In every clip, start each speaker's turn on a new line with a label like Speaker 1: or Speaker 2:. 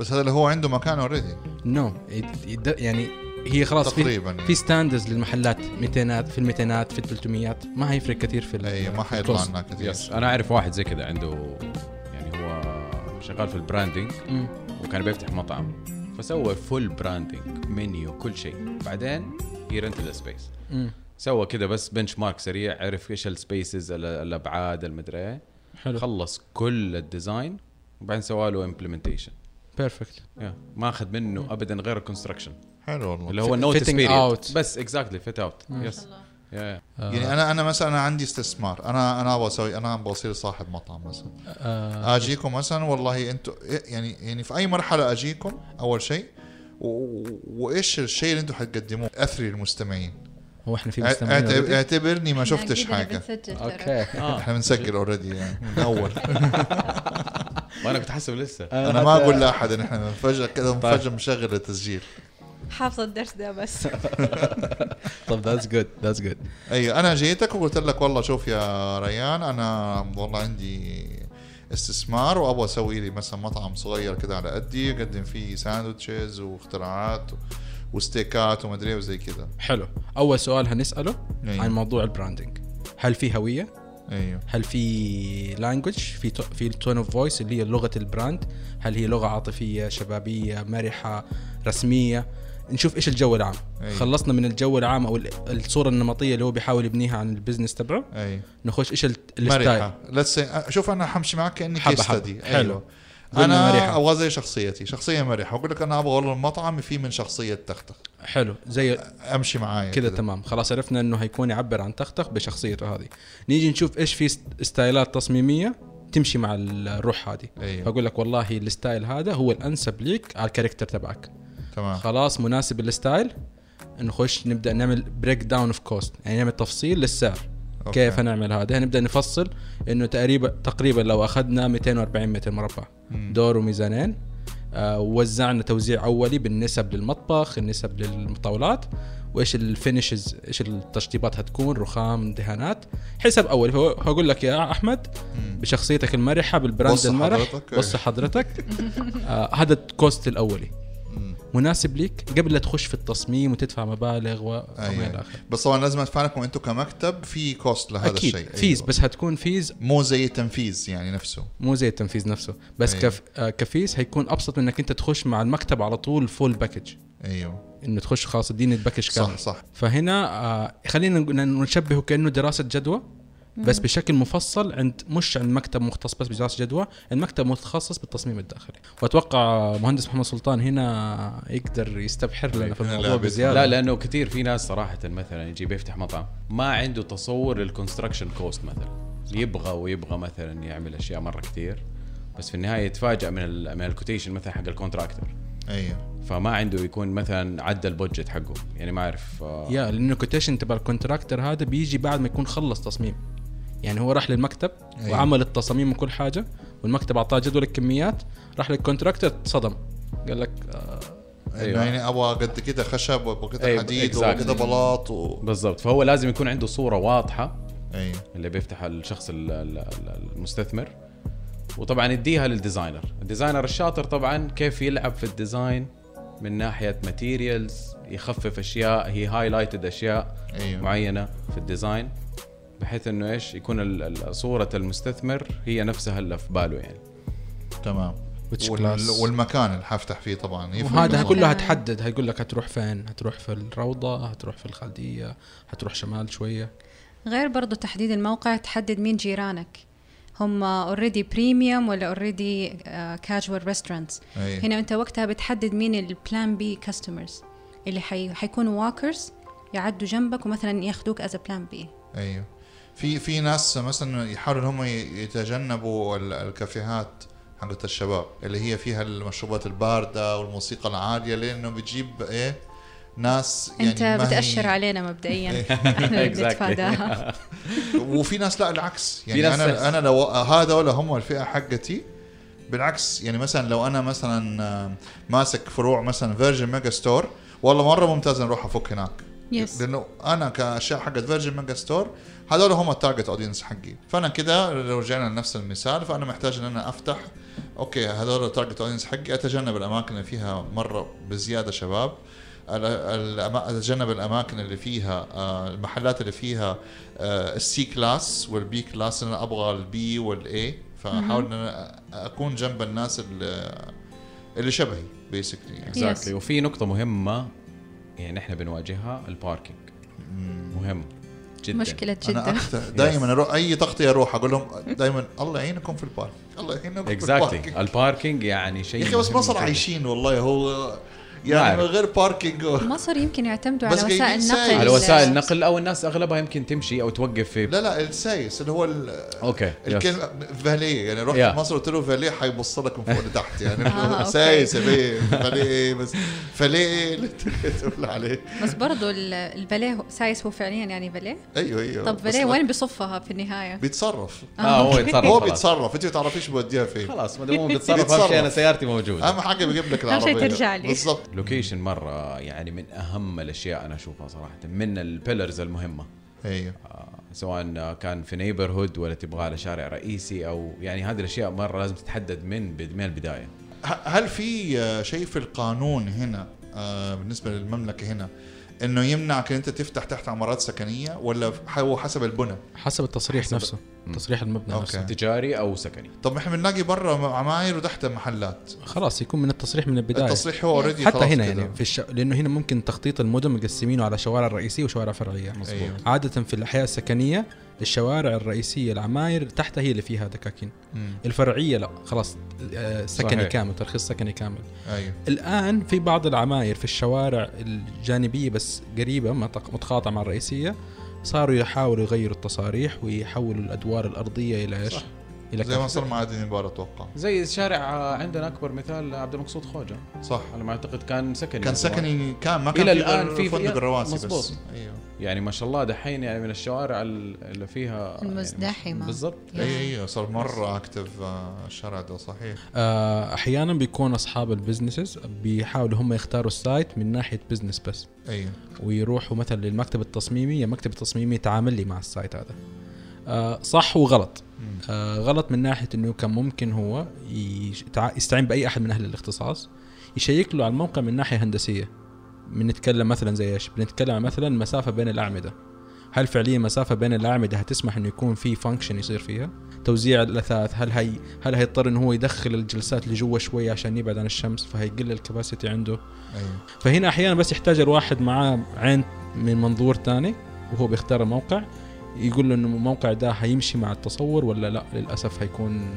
Speaker 1: بس هذا اللي هو عنده مكان اوريدي
Speaker 2: نو يعني هي خلاص في
Speaker 1: تقريبا
Speaker 2: في ستاندرز للمحلات 200 في ال 200 في ال 300 ما هيفرق كثير في ال-
Speaker 1: اي إيه، ما
Speaker 2: في
Speaker 1: حيطلع
Speaker 2: الكوست.
Speaker 1: لنا كثير
Speaker 3: يس انا اعرف واحد زي كذا عنده يعني هو شغال في البراندنج
Speaker 2: مم.
Speaker 3: وكان بيفتح مطعم فسوى فول براندنج منيو كل شيء بعدين يرنت السبيس
Speaker 2: مم.
Speaker 3: سوى كذا بس بنش مارك سريع عرف ايش السبيسز الابعاد المدري ايه
Speaker 2: حلو
Speaker 3: خلص كل الديزاين وبعدين سوى له امبلمنتيشن
Speaker 2: بيرفكت
Speaker 3: ما اخذ منه ابدا غير الكونستراكشن
Speaker 1: حلو والله
Speaker 3: اللي هو
Speaker 2: Fit-
Speaker 3: النوتس
Speaker 2: fitting
Speaker 3: بيريد
Speaker 2: out.
Speaker 3: بس اكزاكتلي فيت اوت
Speaker 2: ما
Speaker 3: يس يا
Speaker 1: يعني انا انا مثلا انا عندي استثمار انا انا ابغى اسوي انا ابغى اصير صاحب مطعم مثلا
Speaker 2: آه،
Speaker 1: اجيكم مثلا والله انتم يعني يعني في اي مرحله اجيكم اول شيء و- و- وايش الشيء اللي انتم حتقدموه اثري المستمعين
Speaker 2: هو احنا في
Speaker 1: أعت-
Speaker 2: مستمعين
Speaker 1: أعتب-
Speaker 2: already؟ آه.
Speaker 1: اعتبرني ما شفتش
Speaker 4: أكيد أنا
Speaker 1: حاجه
Speaker 4: بنسجل ترى.
Speaker 2: اوكي
Speaker 1: احنا بنسجل اوريدي يعني من اول
Speaker 3: وانا كنت حاسب لسه
Speaker 1: انا ما اقول لاحد ان احنا فجاه كذا
Speaker 2: طيب.
Speaker 1: فجاه مشغل التسجيل
Speaker 4: حافظة الدرس ده بس
Speaker 2: طب ذاتس جود ذاتس جود
Speaker 1: ايوه انا جيتك وقلت لك والله شوف يا ريان انا والله عندي استثمار وابغى اسوي لي مثلا مطعم صغير كده على قدي اقدم فيه ساندوتشز واختراعات و- وستيكات ومدري إيه وزي كده
Speaker 2: حلو اول سؤال هنساله
Speaker 1: أيوة.
Speaker 2: عن موضوع البراندنج هل في هويه
Speaker 1: ايوه
Speaker 2: هل في لانجوج في تو- في التون اوف فويس اللي هي لغه البراند هل هي لغه عاطفيه شبابيه مرحه رسميه نشوف ايش الجو العام
Speaker 1: أي.
Speaker 2: خلصنا من الجو العام او ال- الصوره النمطيه اللي هو بيحاول يبنيها عن البزنس تبعه
Speaker 1: ايوه
Speaker 2: نخش ايش ال- الستايل
Speaker 1: مرحه لتس شوف انا حمشي معك كاني
Speaker 2: حبة
Speaker 1: كيس
Speaker 2: حبة.
Speaker 1: ستدي
Speaker 2: حلو.
Speaker 1: ايوه
Speaker 2: قلنا
Speaker 1: انا
Speaker 2: مرحة.
Speaker 1: ابغى زي شخصيتي شخصيه مرحه اقول لك انا ابغى والله المطعم فيه من شخصيه تختخ
Speaker 2: حلو زي
Speaker 1: امشي معايا
Speaker 2: كذا تمام خلاص عرفنا انه هيكون يعبر عن تختخ بشخصيته هذه نيجي نشوف ايش في ست- ستايلات تصميميه تمشي مع الروح هذه
Speaker 1: ايوه
Speaker 2: فاقول لك والله الستايل هذا هو الانسب ليك على الكاركتر تبعك
Speaker 1: تمام
Speaker 2: خلاص مناسب الستايل نخش نبدا نعمل بريك داون اوف كوست يعني نعمل تفصيل للسعر
Speaker 1: أوكي.
Speaker 2: كيف نعمل هذا نبدا نفصل انه تقريبا تقريبا لو اخذنا 240 متر مربع
Speaker 1: مم.
Speaker 2: دور وميزانين آه، ووزعنا توزيع اولي بالنسب للمطبخ النسب للمطاولات وايش الفينشز ايش التشطيبات هتكون رخام دهانات حسب اولي فهو- هقول لك يا احمد
Speaker 1: مم.
Speaker 2: بشخصيتك المرحه بالبراند
Speaker 1: بص
Speaker 2: المرح
Speaker 1: حضرتك.
Speaker 2: بص حضرتك آه، هذا الكوست الاولي
Speaker 1: مم.
Speaker 2: مناسب ليك قبل لا تخش في التصميم وتدفع مبالغ و وما
Speaker 1: أيوة.
Speaker 2: الى اخره
Speaker 1: بس طبعا لازم ادفع لكم انتم كمكتب في كوست لهذا
Speaker 2: اكيد
Speaker 1: الشيء أيوة.
Speaker 2: فيز بس هتكون فيز
Speaker 1: مو زي تنفيذ يعني نفسه
Speaker 2: مو زي التنفيذ نفسه بس
Speaker 1: أيوة.
Speaker 2: أيوة. كف... آه، كفيز هيكون ابسط من انك انت تخش مع المكتب على طول فول باكج
Speaker 1: ايوه
Speaker 2: انه تخش خلاص اديني الباكج كامل
Speaker 1: صح صح
Speaker 2: فهنا آه، خلينا نقول- نشبهه كانه دراسه جدوى بس بشكل مفصل عند مش عند مكتب مختص بس بدراسه جدوى، المكتب متخصص بالتصميم الداخلي، واتوقع مهندس محمد سلطان هنا يقدر يستبحر لنا في
Speaker 1: هنا
Speaker 2: الموضوع
Speaker 1: لابد.
Speaker 2: بزياده
Speaker 3: لا لانه كثير في ناس صراحه مثلا يجي بيفتح مطعم ما عنده تصور للكونستراكشن كوست مثلا يبغى ويبغى مثلا يعمل اشياء مره كثير بس في النهايه يتفاجئ من ال من الكوتيشن مثلا حق الكونتراكتور
Speaker 1: ايوه
Speaker 3: فما عنده يكون مثلا عدى البودجت حقه يعني ما اعرف آه،
Speaker 2: يا لانه الكوتيشن تبع الكونتراكتر هذا بيجي بعد ما يكون خلص تصميم يعني هو راح للمكتب
Speaker 1: أيوة.
Speaker 2: وعمل التصاميم وكل حاجه والمكتب اعطاه جدول الكميات راح للكونتراكتر اتصدم قال لك آه
Speaker 3: أيوة.
Speaker 1: أيوة. يعني ابغى قد كده خشب وابغى كده
Speaker 3: أيوة،
Speaker 1: أيوة. حديد
Speaker 3: exactly.
Speaker 1: وابغى كده بلاط و...
Speaker 3: بالضبط فهو لازم يكون عنده صوره واضحه
Speaker 1: ايوه
Speaker 3: اللي بيفتح الشخص ال- ال- ال- المستثمر وطبعا يديها للديزاينر الديزاينر الشاطر طبعا كيف يلعب في الديزاين من ناحيه ماتيريالز يخفف اشياء هي هايلايتد اشياء
Speaker 1: أيوة.
Speaker 3: معينه في الديزاين بحيث انه ايش يكون ال- ال- صوره المستثمر هي نفسها اللي في باله يعني
Speaker 1: تمام
Speaker 2: Which
Speaker 1: وال...
Speaker 2: class.
Speaker 1: والمكان اللي حفتح فيه طبعا يفرق
Speaker 2: وهذا
Speaker 1: طبعاً.
Speaker 4: كله
Speaker 2: كله هتحدد هيقول لك هتروح فين هتروح في الروضه هتروح في الخلديه هتروح شمال شويه
Speaker 4: غير برضو تحديد الموقع تحدد مين جيرانك هم اوريدي بريميوم ولا اوريدي كاجوال ريستورانتس
Speaker 1: أيوة.
Speaker 4: هنا انت وقتها بتحدد مين البلان بي كاستمرز اللي حي... حيكونوا واكرز يعدوا جنبك ومثلا ياخذوك از بلان بي
Speaker 1: ايوه في في ناس مثلا يحاولوا إن هم ي- يتجنبوا ال- الكافيهات حقت الشباب اللي هي فيها المشروبات البارده والموسيقى العاليه لانه بتجيب ايه ناس يعني
Speaker 4: انت
Speaker 1: ما هي- إيه.
Speaker 4: بتاشر علينا مبدئيا احنا
Speaker 3: Exactly.
Speaker 4: اللي بنتفاداها
Speaker 1: وفي ناس لا العكس
Speaker 3: في
Speaker 1: يعني
Speaker 3: ناس
Speaker 1: انا
Speaker 3: لا.
Speaker 1: انا لو هذا ولا هم الفئه حقتي بالعكس يعني مثلا لو انا مثلا آه، ماسك فروع مثلا فيرجن ميجا ستور والله مره ممتاز نروح افك هناك
Speaker 4: يس
Speaker 1: لانه انا كاشياء حقت فيرجن ميجا ستور هذول هم التارجت اودينس حقي فانا كده لو رجعنا لنفس المثال فانا محتاج ان انا افتح اوكي هذول التارجت اودينس حقي اتجنب الاماكن اللي فيها مره بزياده شباب ال- الأما- اتجنب الاماكن اللي فيها آه، المحلات اللي فيها آه، السي كلاس والبي كلاس انا ابغى البي والاي فاحاول ان انا اكون جنب الناس اللي اللي شبهي بيسكلي يعني
Speaker 3: اكزاكتلي وفي نقطه مهمه يعني احنا بنواجهها الباركينج مهم جدا
Speaker 4: مشكلة
Speaker 1: انا
Speaker 4: جدا
Speaker 1: اكثر دائما اروح اي تغطيه اروح اقول لهم دائما الله يعينكم في البارك الله يعينكم في البارك
Speaker 3: اكزاكتلي الباركينج يعني شيء
Speaker 1: يا اخي بس
Speaker 3: مهم
Speaker 1: مصر
Speaker 3: جداً.
Speaker 1: عايشين والله هو يعني
Speaker 3: نعم.
Speaker 1: من غير باركينج و-
Speaker 4: مصر يمكن يعتمدوا
Speaker 1: بس
Speaker 4: على وسائل
Speaker 1: جايبين
Speaker 4: نقل
Speaker 1: سايق.
Speaker 3: على وسائل نقل او الناس اغلبها يمكن تمشي او توقف في
Speaker 1: لا لا السايس اللي هو ال-
Speaker 3: اوكي يس.
Speaker 1: الكلمه فاليه يعني رحت
Speaker 3: Yeah.
Speaker 1: مصر قلت له فاليه حيبص لك من فوق لتحت
Speaker 4: آه،
Speaker 1: يعني
Speaker 4: أوكي.
Speaker 1: سايس يا بيه فاليه إيه بس فاليه إيه اللي تقول عليه
Speaker 4: بس برضو ال- الباليه هو- سايس هو فعليا يعني باليه
Speaker 1: ايوه ايوه
Speaker 4: طب
Speaker 1: بس
Speaker 4: باليه
Speaker 1: ما-
Speaker 4: وين بيصفها في النهاية
Speaker 1: بيتصرف
Speaker 3: اه هو
Speaker 4: أوكي.
Speaker 3: يتصرف
Speaker 1: هو
Speaker 3: خلاص.
Speaker 1: بيتصرف انت ما تعرفيش بوديها فين
Speaker 3: خلاص ما دام هو بيتصرف اهم شيء انا
Speaker 1: بيتصرف.
Speaker 3: سيارتي موجوده
Speaker 1: اهم حاجه بيجيب لك
Speaker 4: أهم شيء
Speaker 1: العربيه
Speaker 4: ترجع لي.
Speaker 1: بالضبط
Speaker 3: لوكيشن مره يعني من اهم الاشياء انا اشوفها صراحه من البيلرز المهمه
Speaker 1: ايوه
Speaker 3: آه، سواء كان في نيبر هود ولا تبغاه على شارع رئيسي او يعني هذه الاشياء مره لازم تتحدد من بد- من البدايه
Speaker 1: ه- هل في آه، شيء في القانون هنا آه، بالنسبه للمملكه هنا انه يمنعك ان انت تفتح تحت عمارات سكنيه ولا ف- هو حسب البنى؟
Speaker 2: حسب التصريح
Speaker 3: حسب-
Speaker 2: نفسه تصريح المبنى
Speaker 1: أوكي.
Speaker 2: نفسه
Speaker 3: تجاري او سكني
Speaker 1: طب احنا بنلاقي برا عماير وتحتها محلات
Speaker 2: خلاص يكون من التصريح من البدايه
Speaker 1: التصريح هو اوريدي
Speaker 2: حتى هنا يعني في الش... لانه هنا ممكن تخطيط المدن مقسمينه على شوارع رئيسيه وشوارع فرعيه
Speaker 1: أيوه.
Speaker 2: عاده في الاحياء السكنيه الشوارع الرئيسيه العماير تحتها هي اللي فيها دكاكين
Speaker 1: مم.
Speaker 2: الفرعيه لا خلاص آه، سكني
Speaker 3: صحيح.
Speaker 2: كامل ترخيص سكني كامل
Speaker 1: ايوه
Speaker 2: الان في بعض العماير في الشوارع الجانبيه بس قريبه مناطق متقاطعه مع الرئيسيه صاروا يحاولوا يغيروا التصاريح ويحولوا الادوار الارضيه الى ايش؟ الى
Speaker 1: زي ما
Speaker 2: كافيهات.
Speaker 1: صار مع عدن امبارح اتوقع
Speaker 3: زي الشارع آه، عندنا اكبر مثال عبد المقصود خوجه
Speaker 1: صح
Speaker 3: على ما اعتقد كان سكني
Speaker 1: كان
Speaker 3: من زمان.
Speaker 1: سكني كان ما كان
Speaker 3: إلى
Speaker 1: في غير
Speaker 3: الآن في-
Speaker 1: فندق الرواسي
Speaker 3: مظبوط.
Speaker 1: بس ايوه
Speaker 3: يعني ما شاء الله دحين يعني من الشوارع ال- اللي فيها يعني
Speaker 4: المزدحمة.
Speaker 3: بالضبط
Speaker 1: ايوه ايوه صار مره اكتف آه، الشارع ده صحيح
Speaker 2: آه، احيانا بيكون اصحاب البزنسز بيحاولوا هم يختاروا السايت من ناحيه بزنس بس
Speaker 1: ايوه
Speaker 2: ويروحوا مثلا للمكتب التصميمي يا مكتب التصميمي تعامل لي مع السايت هذا آه، صح وغلط
Speaker 1: مم.
Speaker 2: آه، غلط من ناحيه انه كان ممكن هو يش- تع- يستعين باي احد من اهل الاختصاص يشيك له على الموقع من ناحيه هندسيه بنتكلم مثلا زي ايش بنتكلم عن مثلا مسافه بين الاعمده هل فعليا مسافه بين الاعمده هتسمح انه يكون في فانكشن يصير فيها توزيع الاثاث هل هي هل هيضطر انه هو يدخل الجلسات لجوا شويه عشان يبعد عن الشمس فهيقل الكباسيتي عنده
Speaker 1: ايوه
Speaker 2: فهنا احيانا بس يحتاج الواحد معاه عين من منظور ثاني وهو بيختار الموقع يقول له انه الموقع ده هيمشي مع التصور ولا لا للاسف هيكون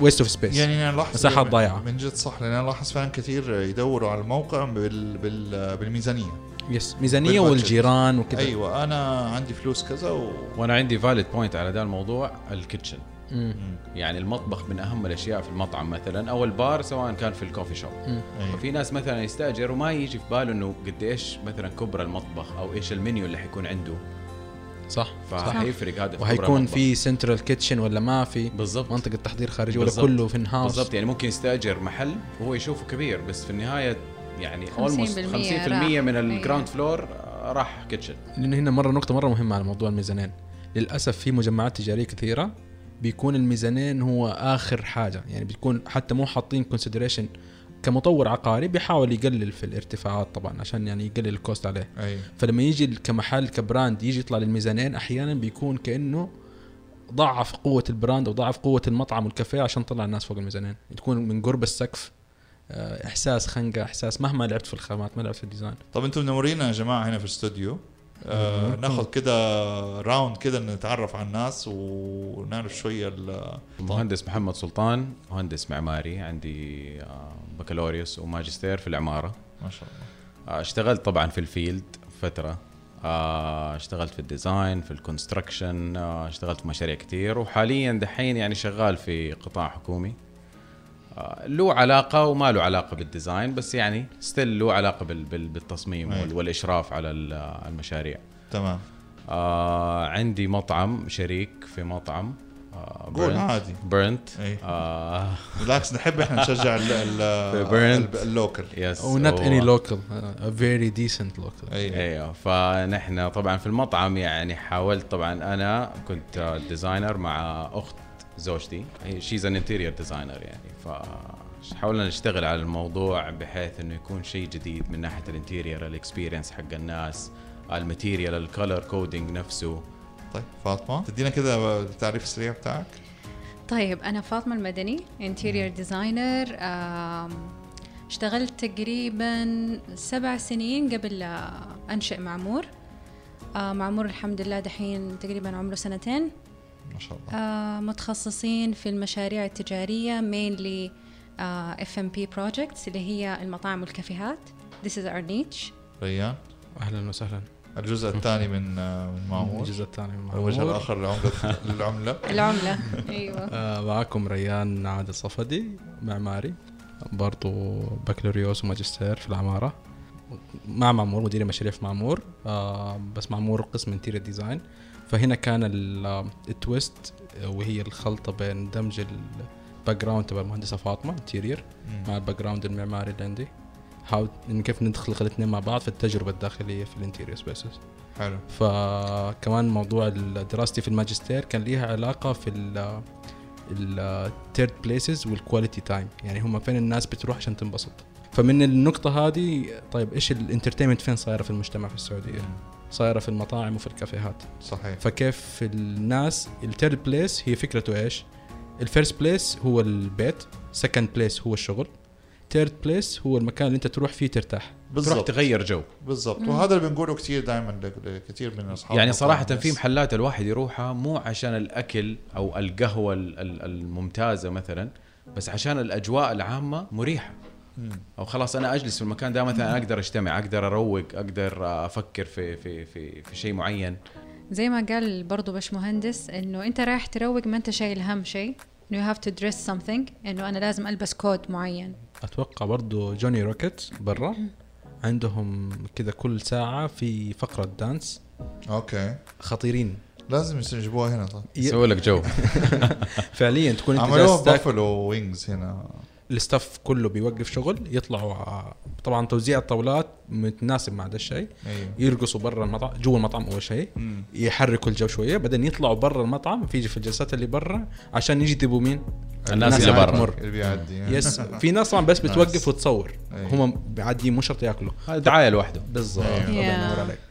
Speaker 2: ويست اوف سبيس
Speaker 1: يعني انا لاحظت
Speaker 2: مساحات
Speaker 1: من-
Speaker 2: ضايعة.
Speaker 1: من جد صح لان انا لاحظ فعلا كثير يدوروا على الموقع بال... بال... بالميزانيه
Speaker 2: يس ميزانيه
Speaker 1: بالبادجت.
Speaker 2: والجيران وكذا
Speaker 3: أيوه.
Speaker 1: ايوه انا عندي فلوس كذا و
Speaker 3: وانا عندي فاليد بوينت على ذا الموضوع الكيتشن
Speaker 2: مم.
Speaker 3: يعني المطبخ من اهم الاشياء في المطعم مثلا او البار سواء كان في الكوفي شوب
Speaker 1: أيوة.
Speaker 3: ففي ناس مثلا يستاجر وما يجي في باله انه قد ايش مثلا كبر المطبخ او ايش المنيو اللي حيكون عنده
Speaker 2: صح صح.
Speaker 3: فحيفرق هذا في كبر
Speaker 2: وهيكون
Speaker 3: المطبخ.
Speaker 2: في سنترال كيتشن ولا ما في
Speaker 3: بالضبط
Speaker 2: منطقه تحضير خارجي ولا
Speaker 3: بالضبط.
Speaker 2: كله في الهاوس
Speaker 3: بالضبط يعني ممكن يستاجر محل وهو يشوفه كبير بس في النهايه يعني
Speaker 4: 50%
Speaker 3: اولموست 50%
Speaker 4: راح.
Speaker 3: من
Speaker 4: أيوة.
Speaker 3: الجراوند فلور راح كيتشن
Speaker 2: لانه هنا مره نقطه مره مهمه على موضوع الميزانين للاسف في مجمعات تجاريه كثيره بيكون الميزانين هو اخر حاجه يعني بتكون حتى مو حاطين كونسيدريشن كمطور عقاري بيحاول يقلل في الارتفاعات طبعا عشان يعني يقلل الكوست عليه
Speaker 1: ايوه
Speaker 2: فلما يجي كمحل كبراند يجي يطلع للميزانين احيانا بيكون كانه ضعف قوة البراند او ضعف قوة المطعم والكافيه عشان طلع الناس فوق الميزانين، تكون من قرب السقف آه، احساس خنقة احساس مهما لعبت في الخامات ما لعبت في الديزاين
Speaker 1: طب انتم منورينا يا جماعه هنا في الاستوديو آه ناخذ كده راوند كده نتعرف على الناس ونعرف شويه ال-
Speaker 3: مهندس محمد سلطان مهندس معماري عندي آه، بكالوريوس وماجستير في العماره
Speaker 1: ما شاء الله
Speaker 3: آه، اشتغلت طبعا في الفيلد فتره آه، اشتغلت في الديزاين في الكونستراكشن آه، اشتغلت في مشاريع كتير وحاليا دحين يعني شغال في قطاع حكومي آه، له علاقه وما له علاقه بالديزاين بس يعني ستيل له علاقه بال- بال- بالتصميم
Speaker 1: أي.
Speaker 3: وال- والاشراف على ال- آه، المشاريع
Speaker 1: تمام
Speaker 3: آه، عندي مطعم شريك في مطعم آه،
Speaker 1: قول
Speaker 3: برنت-
Speaker 1: عادي.
Speaker 3: برنت
Speaker 1: إيه.
Speaker 3: آه،
Speaker 1: بالعكس نحب احنا نشجع ال-
Speaker 3: The
Speaker 1: ال-
Speaker 3: brand.
Speaker 1: ال- اللوكل
Speaker 3: يس
Speaker 2: او نوت
Speaker 3: هو-
Speaker 2: اني لوكال فيري ديسنت لوكال
Speaker 1: اي
Speaker 3: ايوه فنحن طبعا في المطعم يعني حاولت طبعا انا كنت ديزاينر مع اخت زوجتي هي شيز ان انتيرير ديزاينر يعني ف حاولنا نشتغل على الموضوع بحيث انه يكون شيء جديد من ناحيه الانتيرير الاكسبيرينس حق الناس الماتيريال الكلر كودينج نفسه
Speaker 1: طيب فاطمه تدينا كذا التعريف السريع بتاعك
Speaker 4: طيب أنا فاطمة المدني انتيرير ديزاينر اشتغلت تقريبا سبع سنين قبل لا أنشئ معمور آه، معمور الحمد لله دحين تقريبا عمره سنتين
Speaker 1: ما شاء الله
Speaker 4: آه، متخصصين في المشاريع التجارية mainly آه، FMP projects اللي هي المطاعم والكافيهات This is our niche
Speaker 1: ريان
Speaker 2: اهلا وسهلا
Speaker 1: الجزء الثاني من آه، من مامور
Speaker 2: الجزء الثاني من
Speaker 1: الوجه
Speaker 2: معمور.
Speaker 1: الاخر لعمله للعمله
Speaker 4: العملة أيوة
Speaker 2: آه، معاكم ريان عادل صفدي معماري برضو بكالوريوس وماجستير في العمارة مع معمور مدير مشاريع في معمور آه، بس معمور قسم انتيرير ديزاين فهنا كان ال- آه، التويست آه، وهي الخلطة بين دمج الباك جراوند تبع المهندسة فاطمة انتيرير مع الباك جراوند المعماري اللي عندي حاول إن كيف ندخل الاثنين مع بعض في التجربة الداخلية في الانتيرير سبيسز
Speaker 1: حلو
Speaker 2: فكمان موضوع دراستي في الماجستير كان ليها علاقه في ال الثيرد بليسز والكواليتي تايم يعني هم فين الناس بتروح عشان تنبسط فمن النقطه هذه طيب ايش الانترتينمنت فين صايره في المجتمع في السعوديه
Speaker 1: إيه.
Speaker 2: صايره في المطاعم وفي الكافيهات
Speaker 1: صحيح
Speaker 2: فكيف الناس الثيرد بليس هي فكرته ايش الفيرست بليس هو البيت سكند بليس هو الشغل ثيرد بليس هو المكان اللي انت تروح فيه ترتاح
Speaker 3: تروح
Speaker 1: بالضبط
Speaker 3: تغير جو
Speaker 1: بالضبط وهذا اللي بنقوله كثير دائما لكثير من اصحابنا
Speaker 3: يعني صراحة في
Speaker 1: محل
Speaker 3: محلات الواحد يروحها مو عشان الأكل أو القهوة ال- ال- الممتازة مثلا بس عشان الأجواء العامة مريحة أو خلاص أنا أجلس في المكان ده مثلا أقدر أجتمع أقدر أروق أقدر أفكر في في في, في شيء معين
Speaker 4: زي ما قال برضو باشمهندس انه انت رايح تروق ما انت شايل هم شيء انه you have to dress something انه انا لازم البس كود معين
Speaker 2: اتوقع برضو جوني روكيت برا عندهم كذا كل ساعة في فقرة دانس
Speaker 1: اوكي
Speaker 2: خطيرين
Speaker 1: لازم يصير يجيبوها هنا طيب
Speaker 2: ي-
Speaker 3: يسوي لك جو
Speaker 2: فعليا تكون انت
Speaker 1: عملوها
Speaker 2: جالس تاك-
Speaker 1: بافلو وينجز هنا
Speaker 2: الستاف كله بيوقف شغل يطلعوا ع- طبعا توزيع الطاولات متناسب مع هذا الشيء
Speaker 1: ايوه
Speaker 2: يرقصوا برا المطعم جوا المطعم اول شيء
Speaker 1: مم.
Speaker 2: يحركوا الجو شويه بعدين يطلعوا برا المطعم في في الجلسات اللي برا عشان يجذبوا مين؟
Speaker 3: الناس اللي
Speaker 1: بيعدي-
Speaker 2: قاعدة
Speaker 3: برا
Speaker 2: تمر.
Speaker 1: اللي بيعدي
Speaker 2: يس في ناس طبعا بس بتوقف وتصور
Speaker 1: أي.
Speaker 2: هم عاديين مو شرط ياكلوا
Speaker 3: هذا دعاية لوحده
Speaker 2: بالضبط
Speaker 1: أيوة.
Speaker 2: الله ينور
Speaker 4: Yeah.
Speaker 2: عليك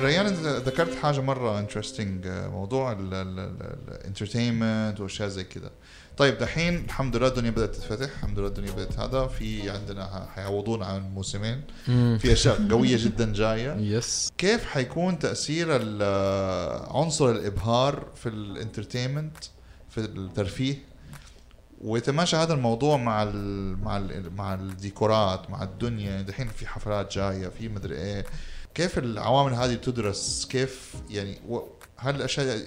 Speaker 1: ريان انت ذكرت حاجه مره انترستنج آه، موضوع الانترتينمنت واشياء زي كذا طيب دحين الحمد لله الدنيا بدات تتفتح الحمد لله الدنيا بدات هذا في عندنا ح- حيعوضونا عن موسمين في اشياء قويه جدا جايه
Speaker 2: يس
Speaker 1: كيف حيكون تاثير ال- عنصر الابهار في الانترتينمنت في الترفيه ويتماشى هذا الموضوع مع ال مع ال مع الديكورات مع الدنيا دحين في حفلات جايه في مدري ايه كيف العوامل هذه تدرس كيف يعني و- هل الاشياء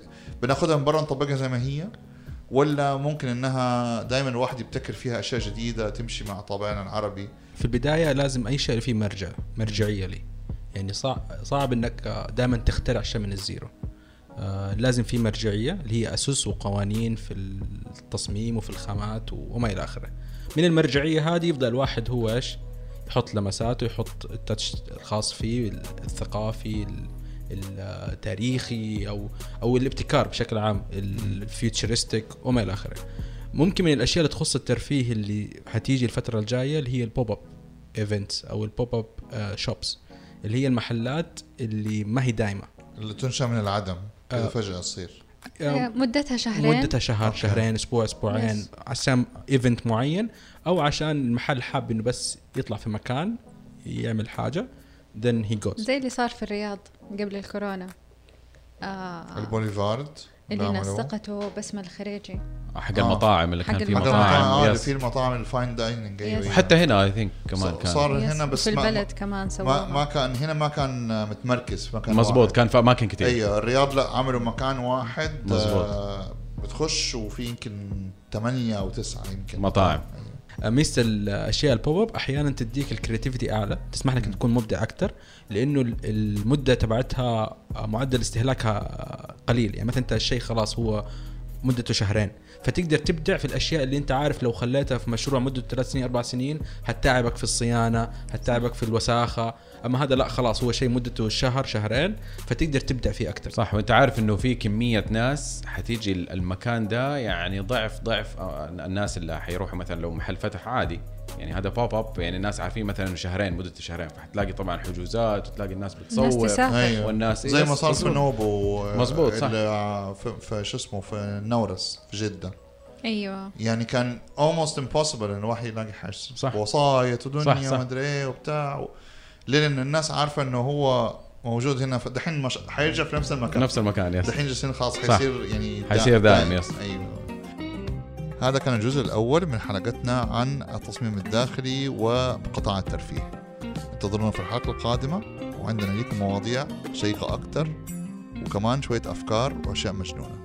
Speaker 1: بناخذها من برا نطبقها زي ما هي ولا ممكن انها دائما الواحد يبتكر فيها اشياء جديده تمشي مع طابعنا العربي
Speaker 2: في البدايه لازم اي شيء فيه مرجع مرجعيه لي يعني صعب صعب انك دائما تخترع شيء من الزيرو آه، لازم في مرجعيه اللي هي اسس وقوانين في التصميم وفي الخامات و- وما الى اخره من المرجعيه هذه يبدا الواحد هو ايش يحط لمساته يحط التاتش الخاص فيه ال- الثقافي ال- التاريخي او او الابتكار بشكل عام الفيوتشرستيك وما الى اخره ممكن من الاشياء اللي تخص الترفيه اللي حتيجي الفتره الجايه اللي هي البوب اب ايفنتس او البوب اب شوبس آه، اللي هي المحلات اللي ما هي دايمه
Speaker 1: اللي تنشا من العدم كذا
Speaker 2: آه.
Speaker 1: فجاه تصير
Speaker 4: آه، مدتها شهرين
Speaker 2: مدتها شهر
Speaker 1: أوكي.
Speaker 2: شهرين اسبوع اسبوعين
Speaker 4: Yes.
Speaker 2: عشان ايفنت معين او عشان المحل حاب انه بس يطلع في مكان يعمل حاجه then he goes
Speaker 4: زي اللي صار في الرياض قبل الكورونا آه
Speaker 1: البوليفارد
Speaker 4: اللي
Speaker 1: عملوه.
Speaker 4: نسقته بسمة الخريجي
Speaker 3: حق
Speaker 1: آه.
Speaker 3: المطاعم اللي
Speaker 4: حق
Speaker 3: كان في
Speaker 1: حتى
Speaker 4: المطاعم.
Speaker 1: المطاعم
Speaker 3: مطاعم
Speaker 1: آه، في المطاعم الفاين دايننج
Speaker 4: Yes.
Speaker 1: ايوه
Speaker 3: حتى هنا اي ثينك كمان
Speaker 1: ص-
Speaker 3: كان
Speaker 1: صار هنا
Speaker 4: يس،
Speaker 1: بس
Speaker 4: في
Speaker 1: ما-
Speaker 4: البلد كمان
Speaker 1: ما, ما
Speaker 4: سووها
Speaker 1: كان هنا ما كان آه، متمركز في مكان
Speaker 3: مزبوط
Speaker 1: واحد.
Speaker 3: كان في اماكن كثير
Speaker 1: ايوه الرياض لا عملوا مكان واحد
Speaker 3: مزبوط.
Speaker 1: آه بتخش وفي يمكن ثمانية او تسعة يمكن
Speaker 3: مطاعم.
Speaker 1: أيوة.
Speaker 2: ميزه الاشياء البوب اب احيانا تديك الكريتيفيتي اعلى تسمح لك تكون مبدع اكثر لانه ال- المده تبعتها آه، معدل استهلاكها قليل يعني مثلا انت الشيء خلاص هو مدته شهرين فتقدر تبدع في الاشياء اللي انت عارف لو خليتها في مشروع مدته ثلاث سنين اربع سنين حتتعبك في الصيانه حتتعبك في الوساخه اما هذا لا خلاص هو شيء مدته شهر شهرين فتقدر تبدع فيه اكثر
Speaker 3: صح وانت عارف انه في كميه ناس حتيجي المكان ده يعني ضعف ضعف آه، الناس اللي حيروحوا مثلا لو محل فتح عادي يعني هذا بوب اب يعني الناس عارفين مثلا شهرين مدته شهرين فحتلاقي طبعا حجوزات وتلاقي الناس
Speaker 4: الناس
Speaker 3: بتصور
Speaker 4: تسافر
Speaker 1: أيوة.
Speaker 3: والناس
Speaker 1: زي ما
Speaker 3: يس،
Speaker 1: صار في
Speaker 3: مظبوط.
Speaker 1: نوب و
Speaker 3: مظبوط، صح.
Speaker 1: ال- في- في شو اسمه في النورس في جده
Speaker 4: ايوه
Speaker 1: يعني كان almost impossible انه الواحد يلاقي حجز
Speaker 3: صح.
Speaker 1: وسايط
Speaker 3: صح،
Speaker 1: ودنيا
Speaker 3: صح.
Speaker 1: ومدري ايه وبتاع و... ليه؟ لان الناس عارفه انه هو موجود هنا فدحين مش... حيرجع في نفس المكان
Speaker 3: نفس المكان يس
Speaker 1: دحين جالسين خلاص
Speaker 3: صح.
Speaker 1: حيصير يعني
Speaker 3: حيصير دائم، يس.
Speaker 1: ايوه هذا كان الجزء الاول من حلقتنا عن التصميم الداخلي وقطاع الترفيه انتظرونا في الحلقه القادمه وعندنا لكم مواضيع شيقه اكثر وكمان شويه افكار واشياء مجنونه